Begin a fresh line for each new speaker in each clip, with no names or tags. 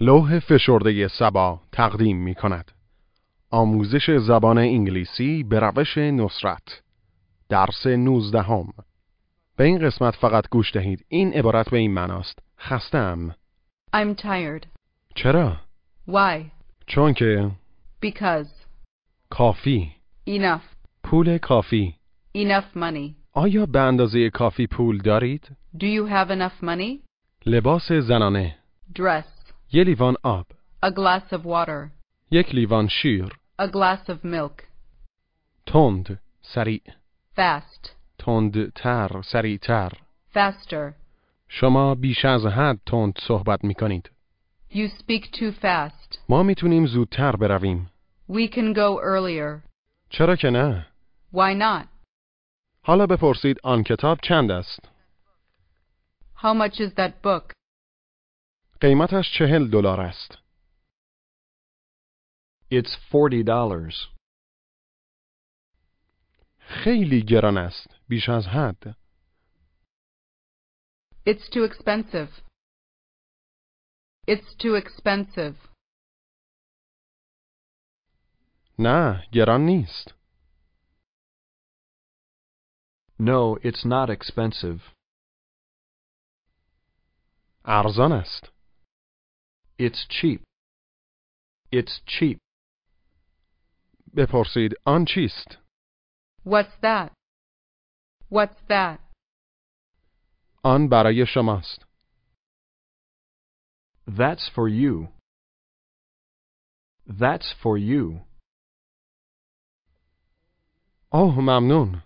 لوح فشرده سبا تقدیم می کند. آموزش زبان انگلیسی به روش نصرت درس نوزدهم به این قسمت فقط گوش دهید این عبارت به این معناست خستم
I'm tired.
چرا؟
Why?
چون که
Because.
کافی
Enough.
پول کافی
Enough money.
آیا به اندازه کافی پول دارید؟
Do you have enough money?
لباس زنانه
Dress.
یه لیوان آب
A glass of water.
یک لیوان شیر
A glass of milk.
تند سریع
Fast.
تندتر سریعتر
Faster.
شما بیش از حد تند صحبت می کنید
You speak too fast.
ما میتونیم زودتر برویم
We can go earlier.
چرا که نه؟
Why not?
حالا بپرسید آن کتاب چند است؟
How much is that book?
قیمتش چهل دلار است.
It's forty dollars.
خیلی گران است. بیش از حد.
It's too expensive. It's too expensive.
نه، گران نیست.
No, it's not expensive.
ارزان است.
It's cheap. It's cheap.
بپرسید آن چیست؟
What's that? What's that?
آن برای شماست.
That's for you. That's for you.
اوه ممنون.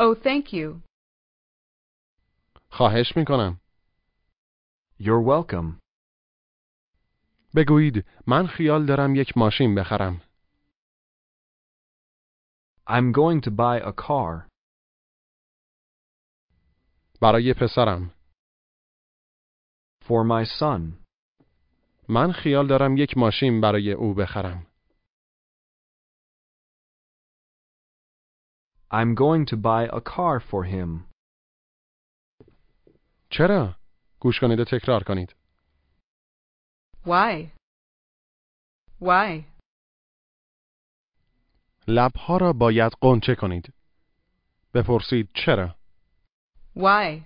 Oh, thank you.
خواهش می کنم.
You're welcome.
بگویید من خیال دارم یک ماشین بخرم.
I'm going to buy a car
برای پسرم.
for my son.
من خیال دارم یک ماشین برای او بخرم.
I'm going to buy a car for him.
چرا؟ گوش کنید و تکرار کنید.
Why? Why?
لبها را باید قنچه کنید. بپرسید چرا؟
Why?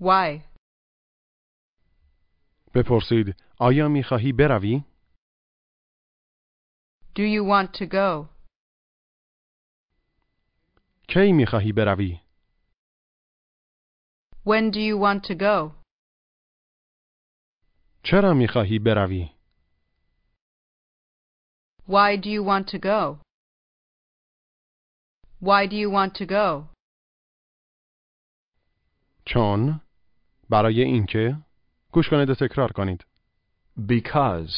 Why?
بپرسید آیا میخواهی بروی؟
Do you want to go?
کی میخواهی بروی؟
When do you want to go?
چرا میخواهی بروی؟
Why do you want to go? Why do you want to go?
چون برای اینکه گوش کنید و تکرار کنید.
Because.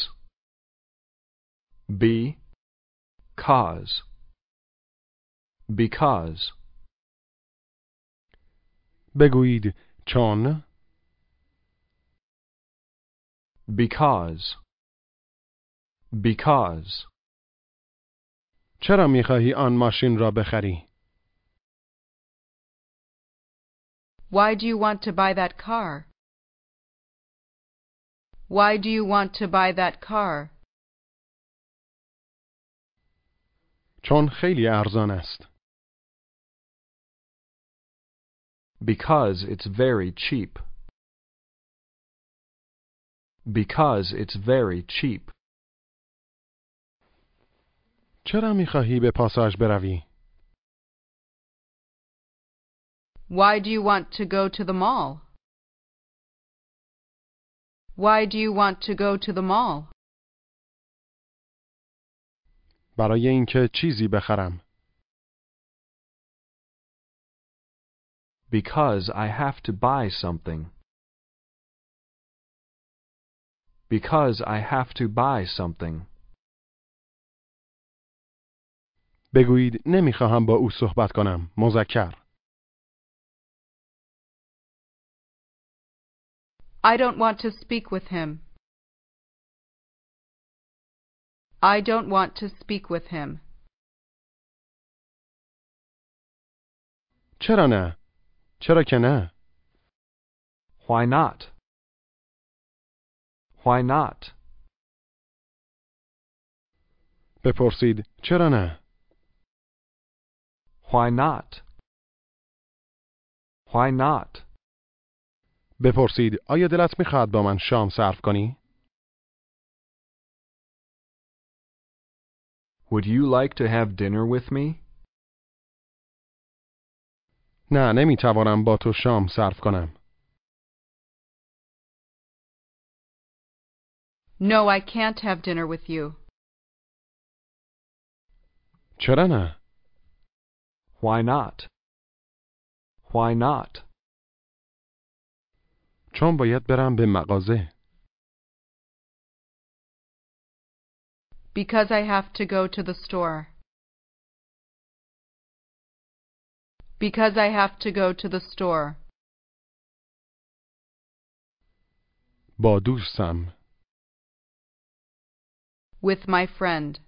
Be. Cause. Because.
بگویید چون
Because. Because.
چرا میخواهی آن ماشین را بخری؟
Why do you want to buy that car? Why do you want to buy that car?
چون خیلی ارزان است.
Because it's very cheap. Because it's very cheap.
چرا میخواهی به پاساژ بروی؟
Why do you want to go to the mall? Why do you want to go to the mall?
برای اینکه چیزی بخرم.
Because I have to buy something. Because I have to buy something.
بگویید نمیخواهم با او صحبت کنم. مذکر.
I don't want to speak with him. I don't want to speak with him.
چرا نه؟ چرا که نه؟
Why not? Why not?
بپرسید چرا نه؟
Why not? Why not?
بپرسید آیا دلت میخواهد با من شام صرف کنی؟
Would you like to have dinner with me?
نه نمیتوانم با تو شام صرف کنم.
No, I can't have dinner with you.
چرا نه؟
Why not? Why not?
چون باید برم به مغازه.
Because I have to go to the store. Because I have to go to the store.
با دوستم.
With my friend.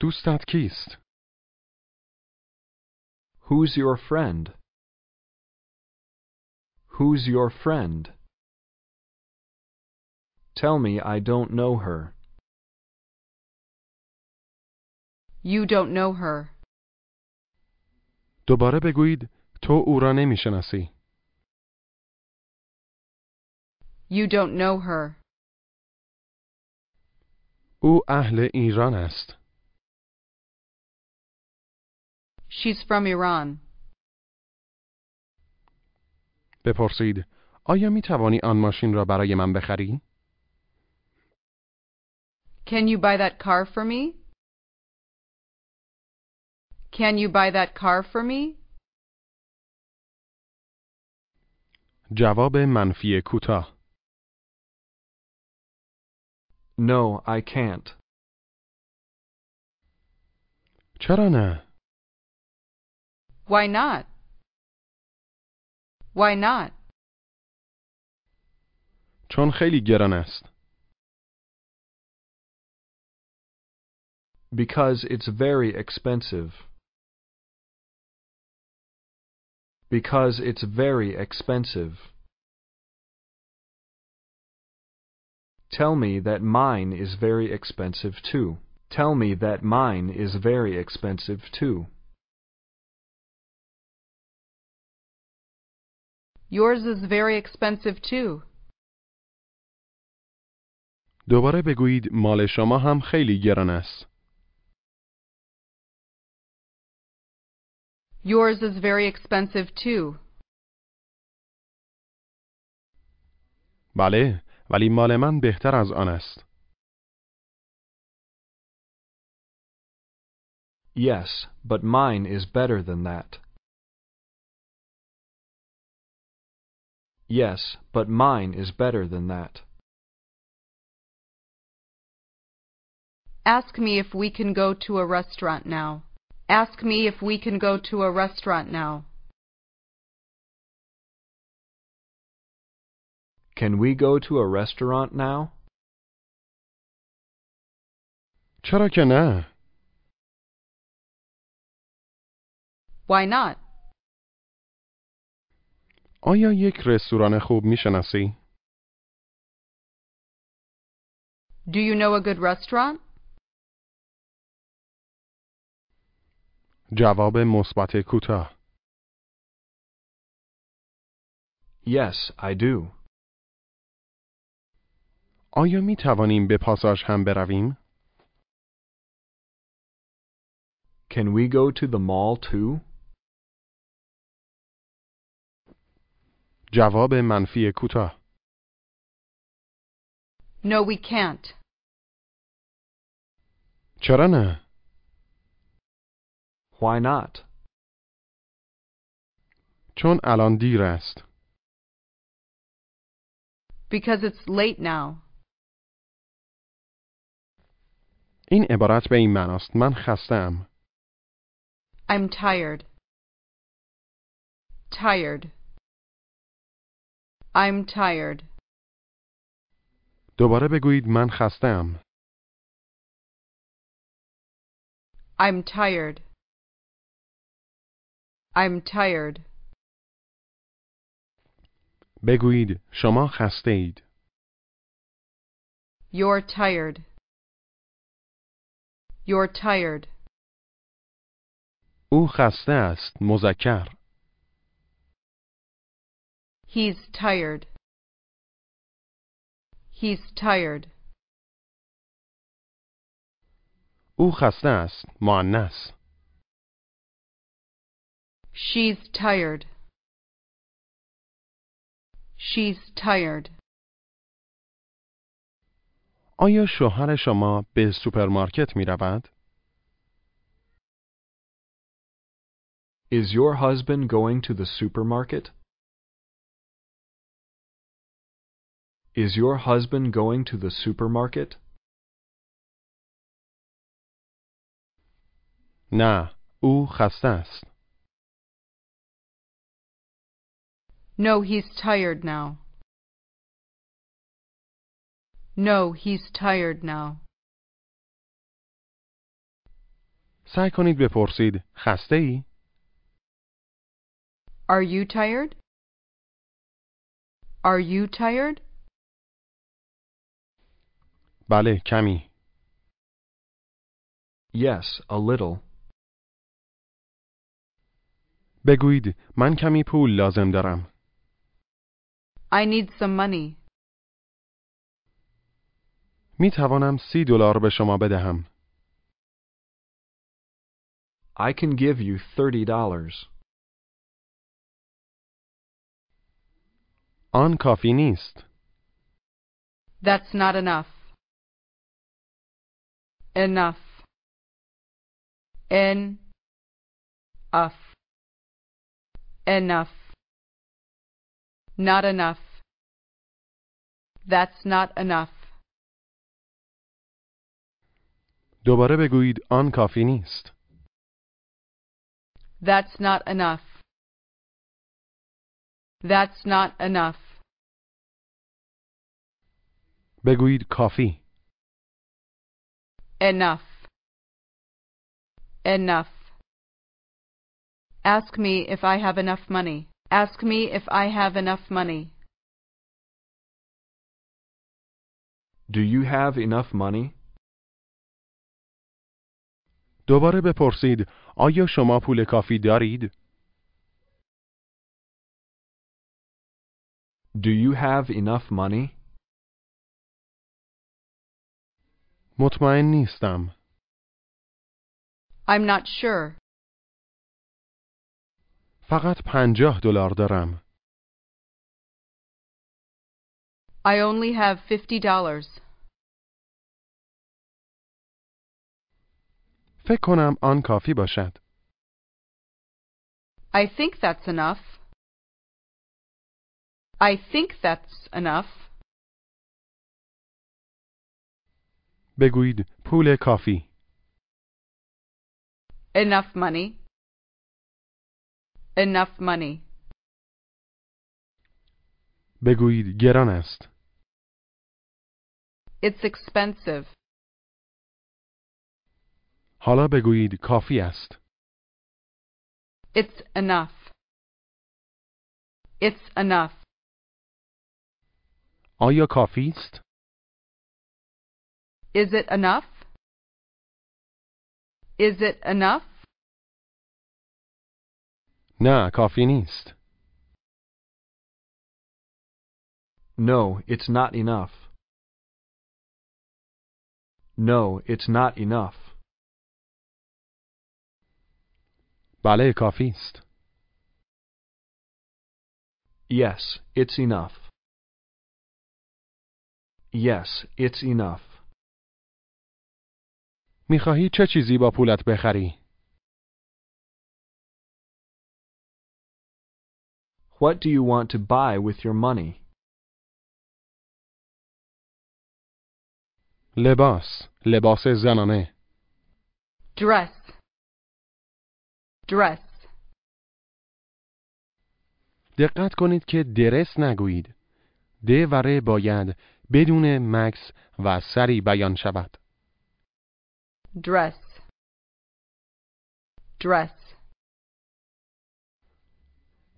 دوستت کیست؟
Who's your friend? Who's your friend? Tell me I don't know her.
You don't know her.
دوباره بگویید تو او را نمیشناسی.
You don't know her.
او اهل ایران است.
She's from Iran.
بپرسید آیا می توانی آن ماشین را برای من بخری؟
Can you buy that car for me? Can you buy that car for me?
جواب منفی کوتاه.
No, I can't.
چرا نه؟
Why not? Why not?
چون خیلی گران است.
Because it's very expensive. Because it's very expensive. Tell me that mine is very expensive too. Tell me that mine is very expensive too.
Yours is very expensive too.
دوباره بگویید مال شما هم خیلی گران است.
Yours is very expensive too.
بله، ولی مال من بهتر از آن است.
Yes, but mine is better than that. Yes, but mine is better than that.
Ask me if we can go to a restaurant now. Ask me if we can go to a restaurant now.
Can we go to a restaurant now?
چرا که نه؟
Why not?
آیا یک رستوران خوب میشناسی؟
Do you know a good restaurant?
جواب مثبت کوتاه.
Yes, I do.
آیا می توانیم به پاساژ هم برویم؟
Can we go to the mall too?
جواب منفی کوتاه.
No, we can't.
چرا نه؟
Why not?
چون الان دیر است.
Because it's late now.
این عبارت به این معناست من خستم.
I'm tired. Tired. I'm tired.
دوباره بگویید من خستم.
I'm tired. I'm tired.
بگویید شما خسته اید.
You're tired. You're tired.
او خسته است مذکر.
He's tired. He's tired.
او خسته است مؤنث.
She's tired. She's tired.
آیا شوهر شما به سوپرمارکت می رود؟
Is your husband going to the supermarket? Is your husband going to the supermarket?
نه، او خسته است.
No, he's tired now. No, he's tired now.
سعی کنید بپرسید خسته ای؟
Are you tired? Are you tired?
بله کمی.
Yes, a little.
بگویید من کمی پول لازم دارم.
I need some money.
می توانم سی دلار به شما بدهم.
I can give you $30.
آن کافی نیست.
That's not enough. Enough. En. Enough. Enough. Not enough. That's not enough.
دوباره بگویید آن کافی نیست.
That's not enough. That's not enough.
بگویید کافی.
Enough. Enough. Ask me if I have enough money. Ask me if I have enough money.
Do you have enough money?
دوباره بپرسید آیا شما پول کافی دارید؟
Do you have enough money?
مطمئن نیستم.
I'm not sure.
فقط پنجاه دلار دارم.
I only have fifty dollars.
فکر کنم آن کافی باشد.
I think that's enough. I think that's enough.
بگویید پول کافی.
Enough money. Enough money.
بگویید گران است.
It's expensive.
حالا بگویید کافی است.
It's enough. It's enough.
آیا کافی است؟
Is it enough? Is it enough?
نه کافی نیست.
No, it's not enough. No, it's not enough.
بله کافی است.
Yes, it's enough. Yes, it's enough.
میخواهی چه چیزی با پولت بخری؟
What do you want to buy with your money?
لباس، لباس زنانه،
Dress. Dress.
دقت کنید که درس نگویید. د و ر باید بدون مکس و سری بیان شود.
Dress. Dress.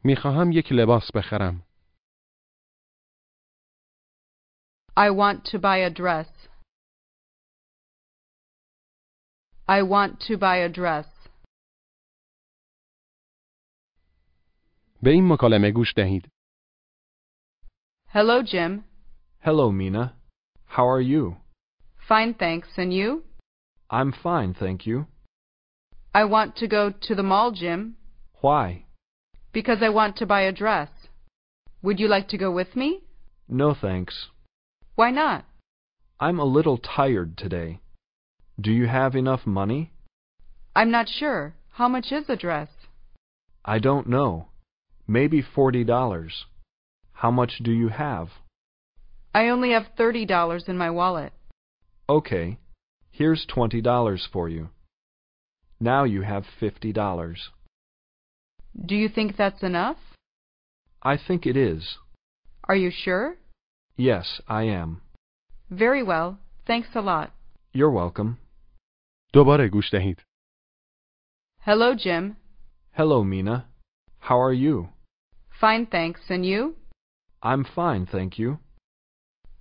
میخواهم یک لباس بخرم.
I want to buy a dress. I want to buy a dress.
به این مکالمه گوش دهید.
Hello, Jim.
Hello, Mina. How are you?
Fine, thanks. And you?
I'm fine, thank you.
I want to go to the mall, Jim,
Why?
because I want to buy a dress. Would you like to go with me?
No thanks.
Why not?
I'm a little tired today. Do you have enough money?
I'm not sure. How much is a dress?
I don't know. Maybe forty dollars. How much do you have?
I only have $30 in my wallet.
Okay. Here's twenty dollars for you. Now you have fifty dollars.
Do you think that's enough?
I think it is.
Are you sure?
Yes, I am.
Very well. Thanks a lot.
You're welcome.
دوباره گوش دهید.
Hello, Jim.
Hello, Mina. How are you?
Fine, thanks. And you?
I'm fine, thank you.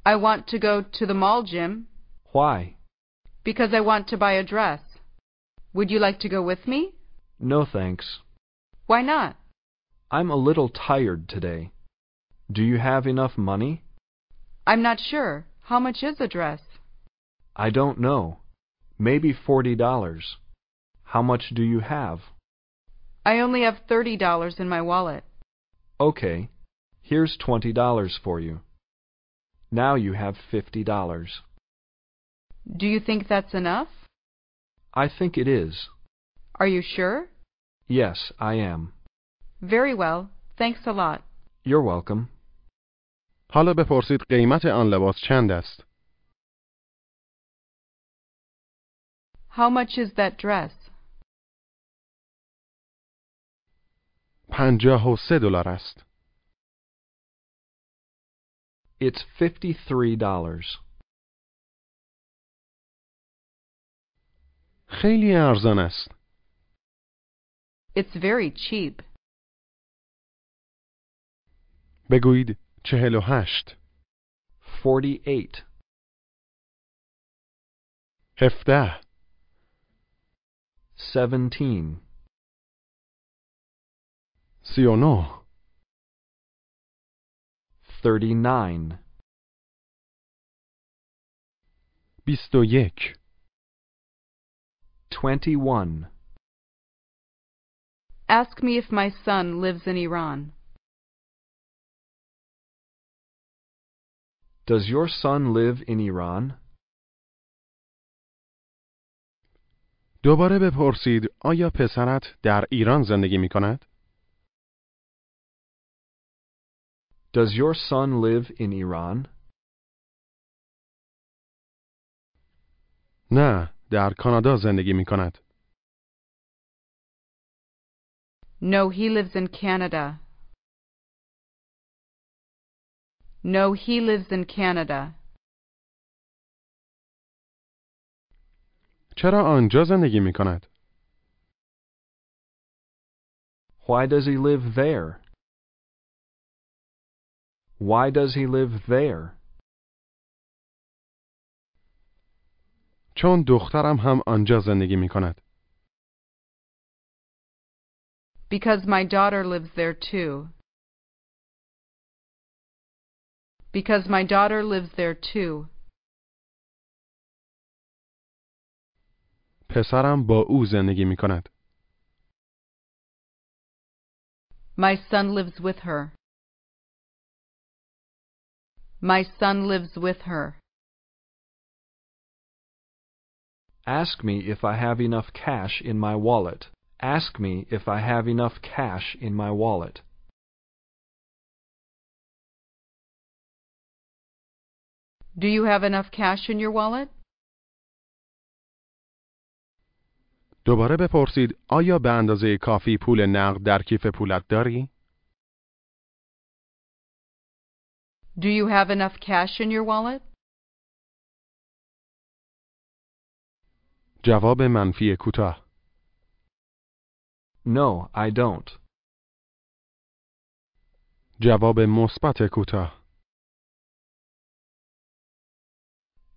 I want to go to the mall, Jim,
Why?
because I want to buy a dress. Would you like to go with me?
No thanks.
Why not?
I'm a little tired today. Do you have enough money?
I'm not sure. How much is a dress?
I don't know. Maybe forty dollars. How much do you have?
I only have $30 in my wallet.
Okay. Here's twenty dollars for you. Now you have fifty dollars.
Do you think that's enough?
I think it is.
Are you sure?
Yes, I am.
Very well. Thanks a lot.
You're welcome.
حالا بپرسید قیمت آن لباس چند است؟
How much is that dress?
پنجاه و سه دلار است.
It's fifty-three dollars.
خیلی ارزان است.
It's very cheap.
بگویید چهل و هشت،
Forty-eight.
هفته،
Seventeen.
سی و نه،
Thirty-nine.
بیست و یک،
Twenty-one.
Ask me if my son lives in Iran.
Does your son live in Iran?
دوباره بپرسید آیا پسرت در ایران زندگی می کند؟
Does your son live in Iran?
نه، در کانادا زندگی می کند.
No, he lives in Canada. No, he lives in Canada.
چرا آنجا زندگی می کند؟
Why does he live there? Why does he live there?
چون دخترم هم آنجا زندگی می کند.
Because my daughter lives there too. Because my daughter lives there too.
پسرم با او زندگی می کند.
My son lives with her. My son lives with her.
Ask me if I have enough cash in my wallet. Ask me if I have enough cash in my wallet.
Do you have enough cash in your wallet?
دوباره بپرسید آیا به اندازه کافی پول نقد در کیف پولت داری؟
Do you have enough cash in your wallet?
جواب منفی کوتاه.
No, I don't.
جواب مثبت کوتاه.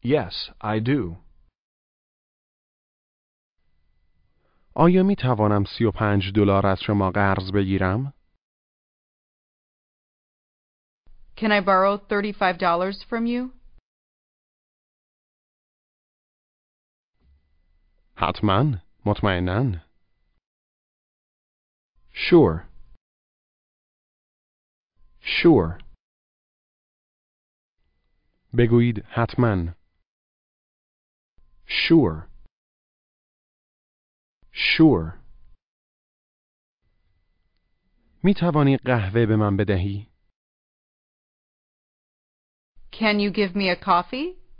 Yes, I do.
آیا می توانم 35 دلار از شما قرض بگیرم؟
Can I borrow $35 from you?
حتما، مطمئنا.
Sure. Sure.
بگویید حتما.
Sure. Sure.
می توانی قهوه به من بدهی؟
Can you give me a coffee?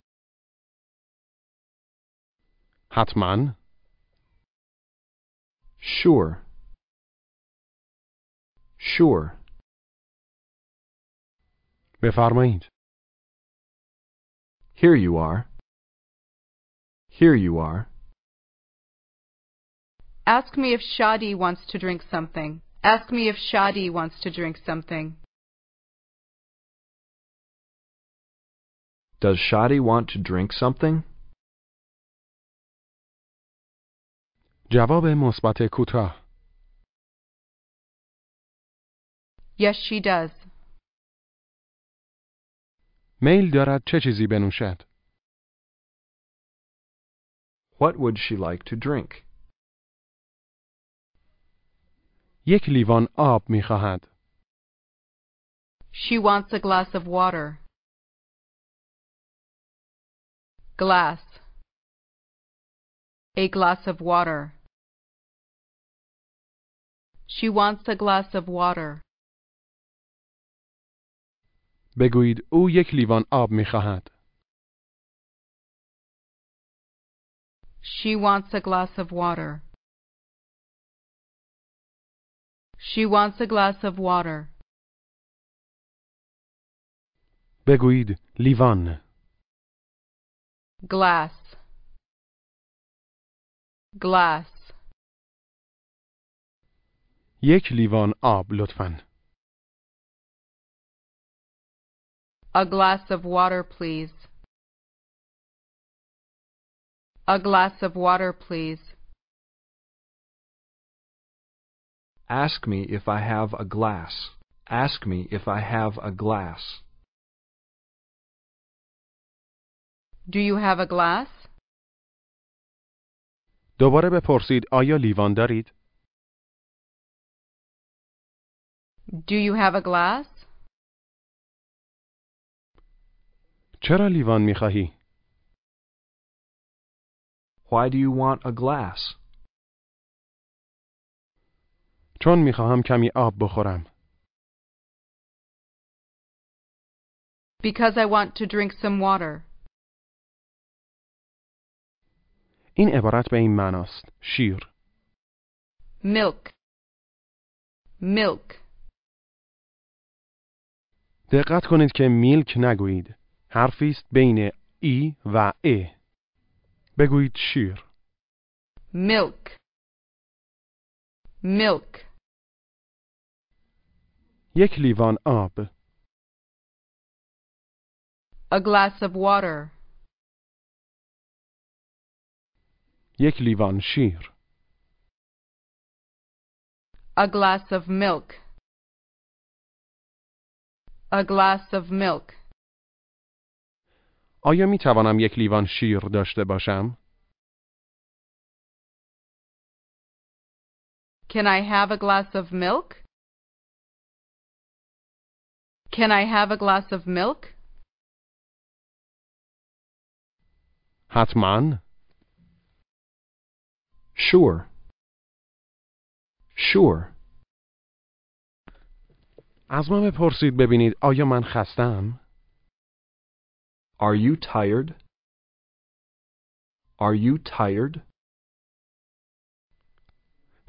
حتما.
Sure. Sure.
بفرمایید.
Here you are. Here you are.
Ask me if Shadi wants to drink something. Ask me if Shadi wants to drink something.
Does Shadi want to drink something?
جواب مثبت کوتاه.
Yes, she does.
میل دارد چه چیزی بنوشد؟
What would she like to drink?
یک لیوان آب می خواهد.
She wants a glass of water. Glass. A glass of water. She wants a glass of water.
بگویید او یک لیوان آب می خواهد.
She wants a glass of water. She wants a glass of water.
بگویید لیوان.
Glass. Glass.
یک لیوان آب لطفاً.
A glass of water, please. A glass of water, please.
Ask me if I have a glass. Ask me if I have a glass.
Do you have a glass?
دوباره بپرسید آیا لیوان دارید؟
Do you have a glass?
چرا لیوان می خواهی؟
Why do you want a glass?
چون می خواهم کمی آب بخورم.
Because I want to drink some water.
این عبارت به این معناست. شیر.
Milk. Milk.
دقت کنید که میلک نگویید. حرفی است بین ای و ا. بگویید شیر.
Milk. Milk.
یک لیوان آب.
A glass of water.
یک لیوان شیر.
A glass of milk. A glass of milk.
آیا می توانم یک لیوان شیر داشته باشم؟
Can I have a glass of milk? Can I have a glass of milk?
حتما.
Sure. Sure.
از من بپرسید ببینید آیا من خستم؟
Are you tired? Are you tired?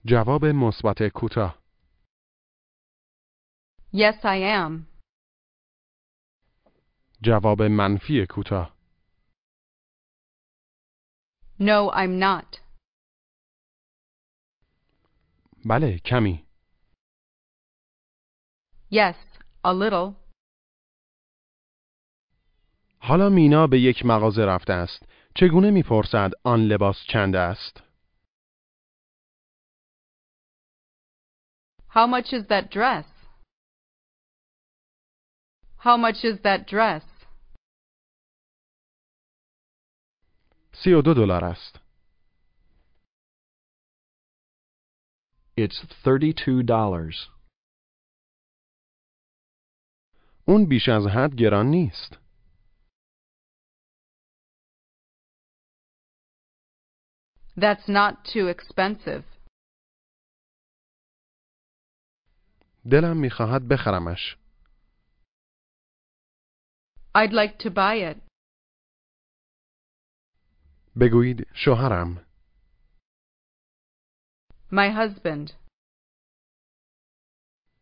جواب مثبت کوتاه.
Yes, I am.
جواب منفی کوتاه.
No, I'm not.
بله کمی.
Yes, a little.
حالا مینا به یک مغازه رفته است. چگونه میپرسد آن لباس چند است؟
How much is that dress? How much is that dress?
سی و دو دلار است.
It's $32.
اون بیش از حد گران نیست.
That's not too expensive.
دلم میخواهد بخرمش.
I'd like to buy it.
بگویید شوهرم.
My husband.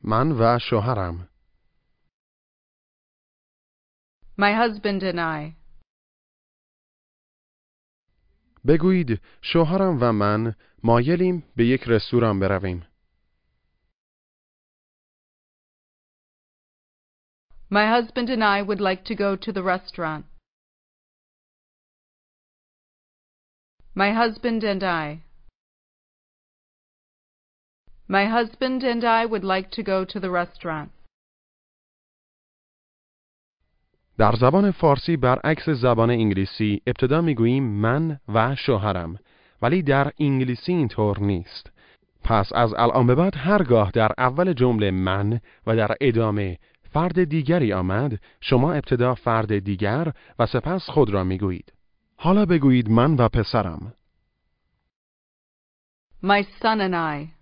من و شوهرم.
My husband and I.
بگویید شوهرم و من مایلیم به یک رستوران برویم.
My husband and I would like to go to the restaurant. My husband and I. My husband and I would like to go to the restaurant.
در زبان فارسی برعکس زبان انگلیسی ابتدا میگوییم من و شوهرم ولی در انگلیسی اینطور نیست پس از الان به بعد هرگاه در اول جمله من و در ادامه فرد دیگری آمد شما ابتدا فرد دیگر و سپس خود را میگویید حالا بگویید من و پسرم
My son and I.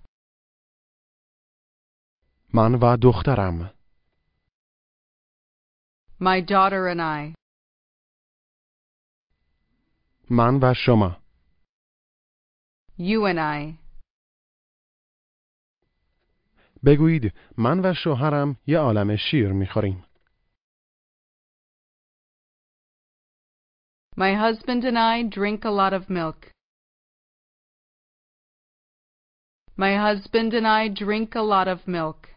من و دخترم
My daughter and I.
من و شما
You and I.
بگویید من و شوهرم یه عالم شیر میخوریم
My husband and I drink a lot of milk. My husband and I drink a lot of milk.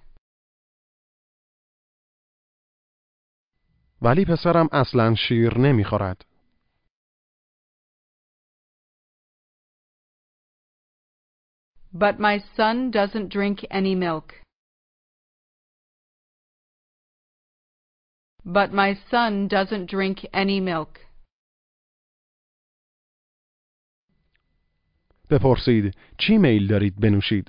ولی پسرم اصلا شیر نمیخورد
But my son doesn't drink any milk. But my son doesn't drink any milk.
بپرسید چی میل دارید بنوشید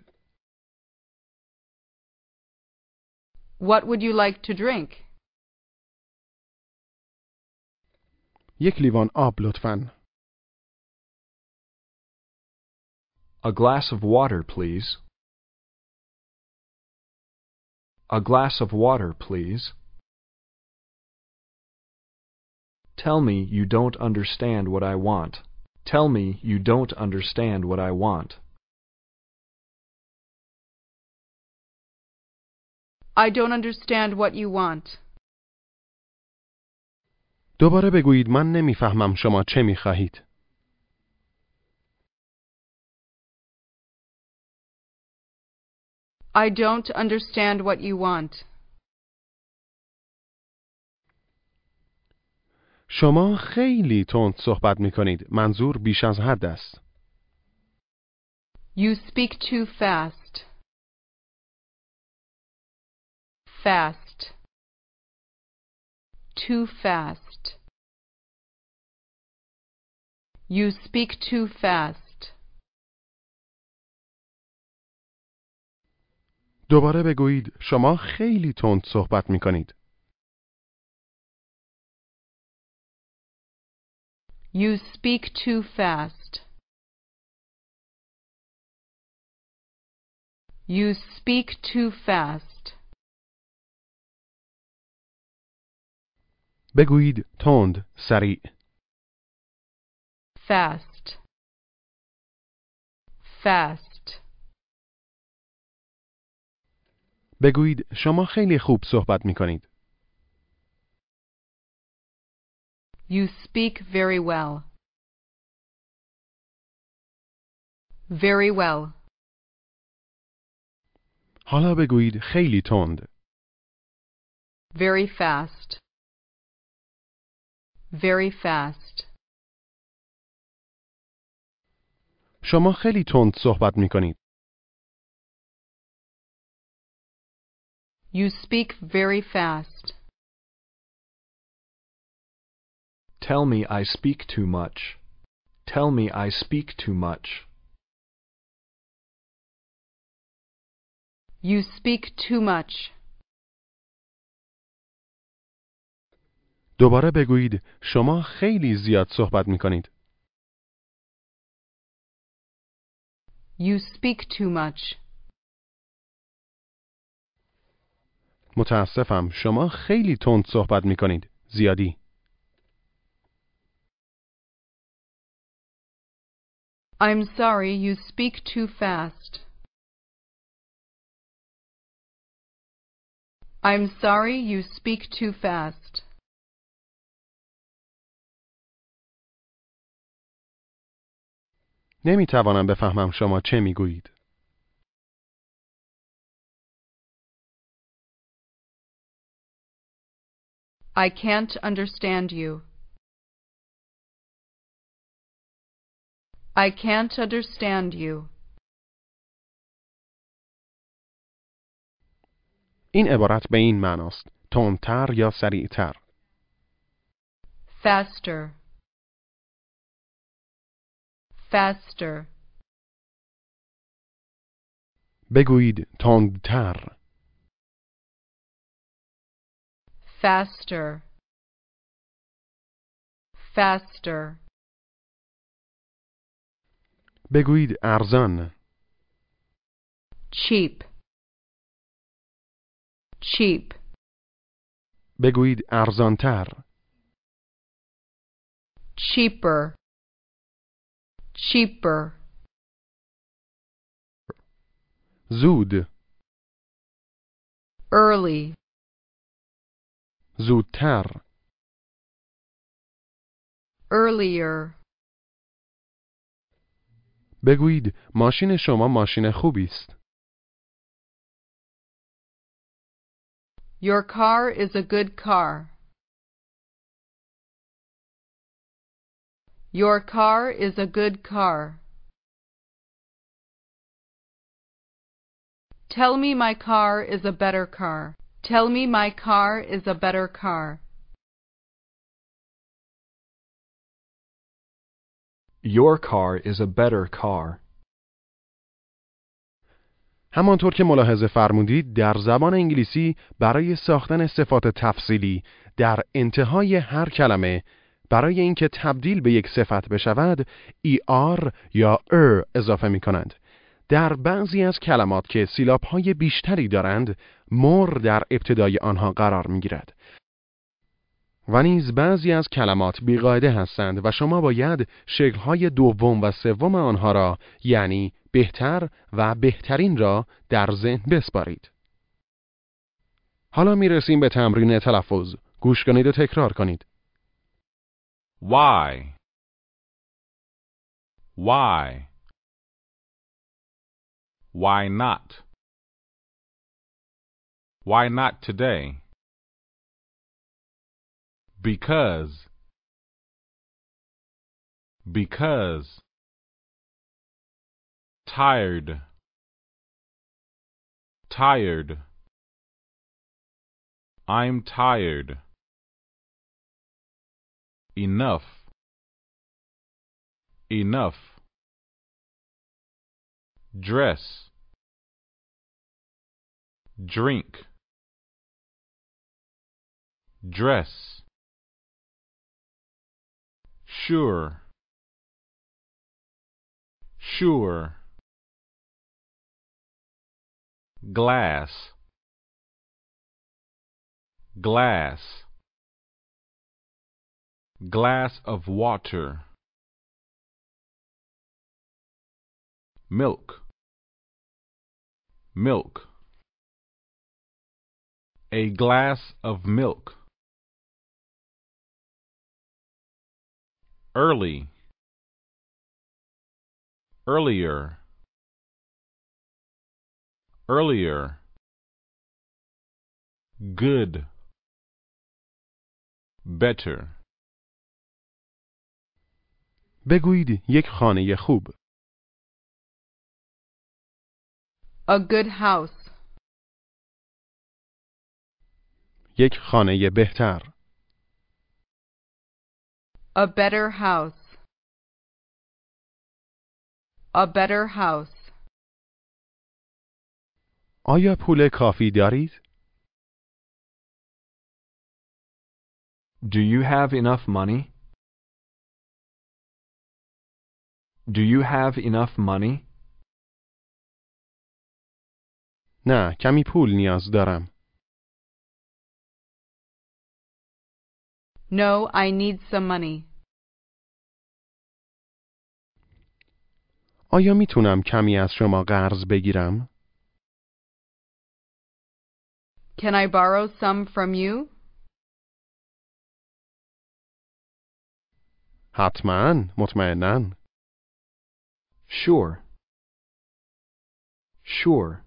What would you like to drink?
یک لیوان آب لطفاً
A glass of water, please. A glass of water, please. Tell me you don't understand what I want. Tell me you don't understand what I want.
I don't understand what you want.
دوباره بگویید من نمیفهمم شما چه میخواهید.
I don't understand what you want.
شما خیلی تند صحبت میکنید. منظور بیش از حد است.
You speak too fast. Fast. Too fast. You speak too fast.
دوباره بگویید شما خیلی تند صحبت میکنید.
You speak too fast. You speak too fast.
بگویید تند، سریع.
Fast. Fast.
بگویید شما خیلی خوب صحبت میکنید.
You speak very well. Very well.
حالا بگویید خیلی تند.
Very fast. very fast.
شما خیلی تند صحبت می کنید.
You speak very fast.
Tell me I speak too much. Tell me I speak too much.
You speak too much.
دوباره بگویید شما خیلی زیاد صحبت می کنید.
You speak too much.
متاسفم شما خیلی تند صحبت می کنید. زیادی.
I'm sorry you speak too fast. I'm sorry you speak too fast.
نمی توانم بفهمم شما چه می گویید.
I can't understand you. I can't understand you.
این عبارت به این معناست. تندتر یا سریعتر.
Faster. Faster.
بگویید تندتر.
Faster. Faster.
بگویید ارزان.
Cheap. Cheap.
بگویید ارزانتر.
Cheaper. Cheaper.
زود.
Early.
زودتر.
Earlier.
بگویید ماشین شما ماشین خوبی است.
Your car is a good car. Your car is a good car. Tell me my car is a better car. Tell me my car is a better car.
Your car is a better car.
همانطور که ملاحظه فرمودید در زبان انگلیسی برای ساختن صفات تفصیلی در انتهای هر کلمه برای اینکه تبدیل به یک صفت بشود ER یا ER اضافه می کنند. در بعضی از کلمات که سیلاب های بیشتری دارند مر در ابتدای آنها قرار می گیرد. و نیز بعضی از کلمات بیقاعده هستند و شما باید شکل‌های دوم و سوم آنها را یعنی بهتر و بهترین را در ذهن بسپارید. حالا میرسیم به تمرین تلفظ. گوش کنید و تکرار کنید.
Why? Why? Why not? Why not today? Because. Because. Tired. Tired. I'm tired. Enough. Enough. Dress. Drink. Dress. Sure. Sure. Glass. Glass. Glass of water. Milk. Milk. A glass of milk. Early. Earlier. Earlier. Good. Better.
بگویید یک خانه خوب.
A good house.
یک خانه بهتر.
A better house. A better house.
آیا پول کافی دارید؟
Do you have enough money? Do you have enough money?
نه، کمی پول نیاز دارم.
No, I need some money.
آیا میتونم کمی از شما قرض بگیرم؟
Can I borrow some from you?
حتما، مطمئنا.
Sure. Sure.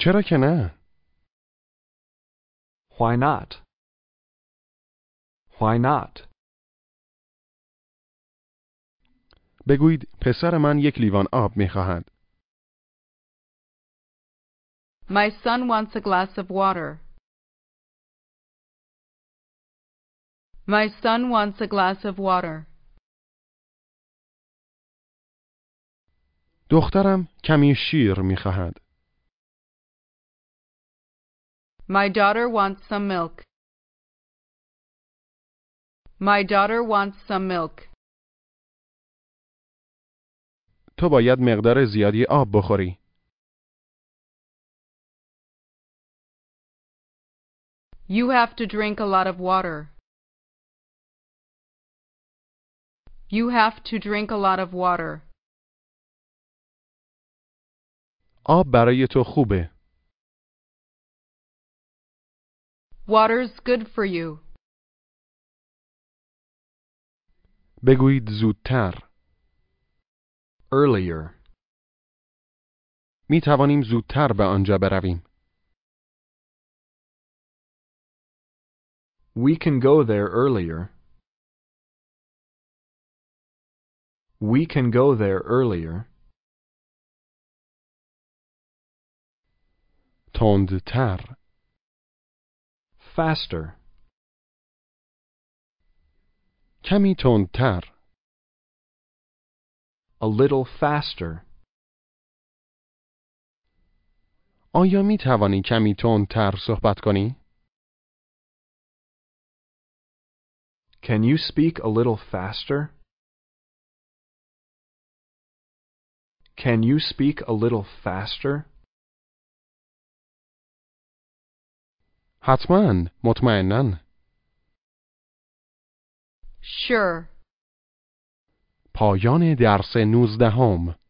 چرا که نه؟
Why not? Why not?
بگویید پسر من یک لیوان آب میخواهد.
My son wants a glass of water. My son wants a glass of water.
دخترم کمی شیر میخواهد.
My daughter wants some milk. My daughter wants some milk.
تو باید مقدار زیادی آب بخوری.
You have to drink a lot of water. You have to drink a lot of water.
آب برای تو خوبه.
Water's good for you.
بگویید زودتر.
Earlier.
می توانیم زودتر به آنجا برویم.
We can go there earlier. We can go there earlier.
تندتر.
Faster.
کمی تندتر.
A little faster.
آیا می توانی کمی تندتر صحبت کنی؟
Can you speak a little faster? Can you speak a little faster?
حتما، مطمئنا.
Sure.
پایان درس نوزدهم.